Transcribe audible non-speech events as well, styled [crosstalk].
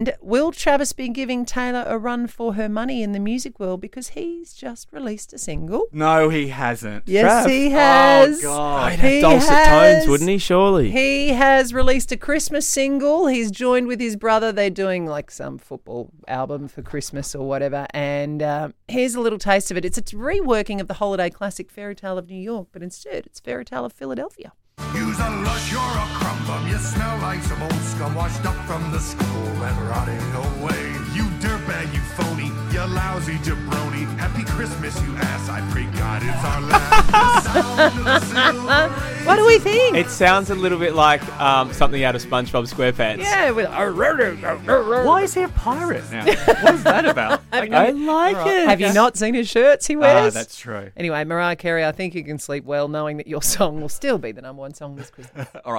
And will Travis be giving Taylor a run for her money in the music world because he's just released a single? No, he hasn't. Yes, Trav. he has. Oh, God. He'd have He dulcet has- tones, wouldn't he? Surely. He has released a Christmas single. He's joined with his brother. They're doing like some football album for Christmas or whatever. And um, here's a little taste of it. It's a reworking of the holiday classic Fairy Tale of New York, but instead it's Fairy Tale of Philadelphia. You's a lush, you're a crumb bum. You smell like some old scum washed up from the school and rotting away. You dirtbag, you phony, you lousy jabroni. Happy Christmas, you ass. I pray God it's our last. The sound of the silver What do we think? It sounds a little bit like um, something out of SpongeBob SquarePants. [laughs] yeah, with, Why is he a pirate now? what is that [laughs] about? Like, I like it. have you not seen his shirts he ah, wears? that's true. [laughs] Anyway, Mariah Carey, I think you can sleep well knowing that your song will still be the number one song this Christmas. All right.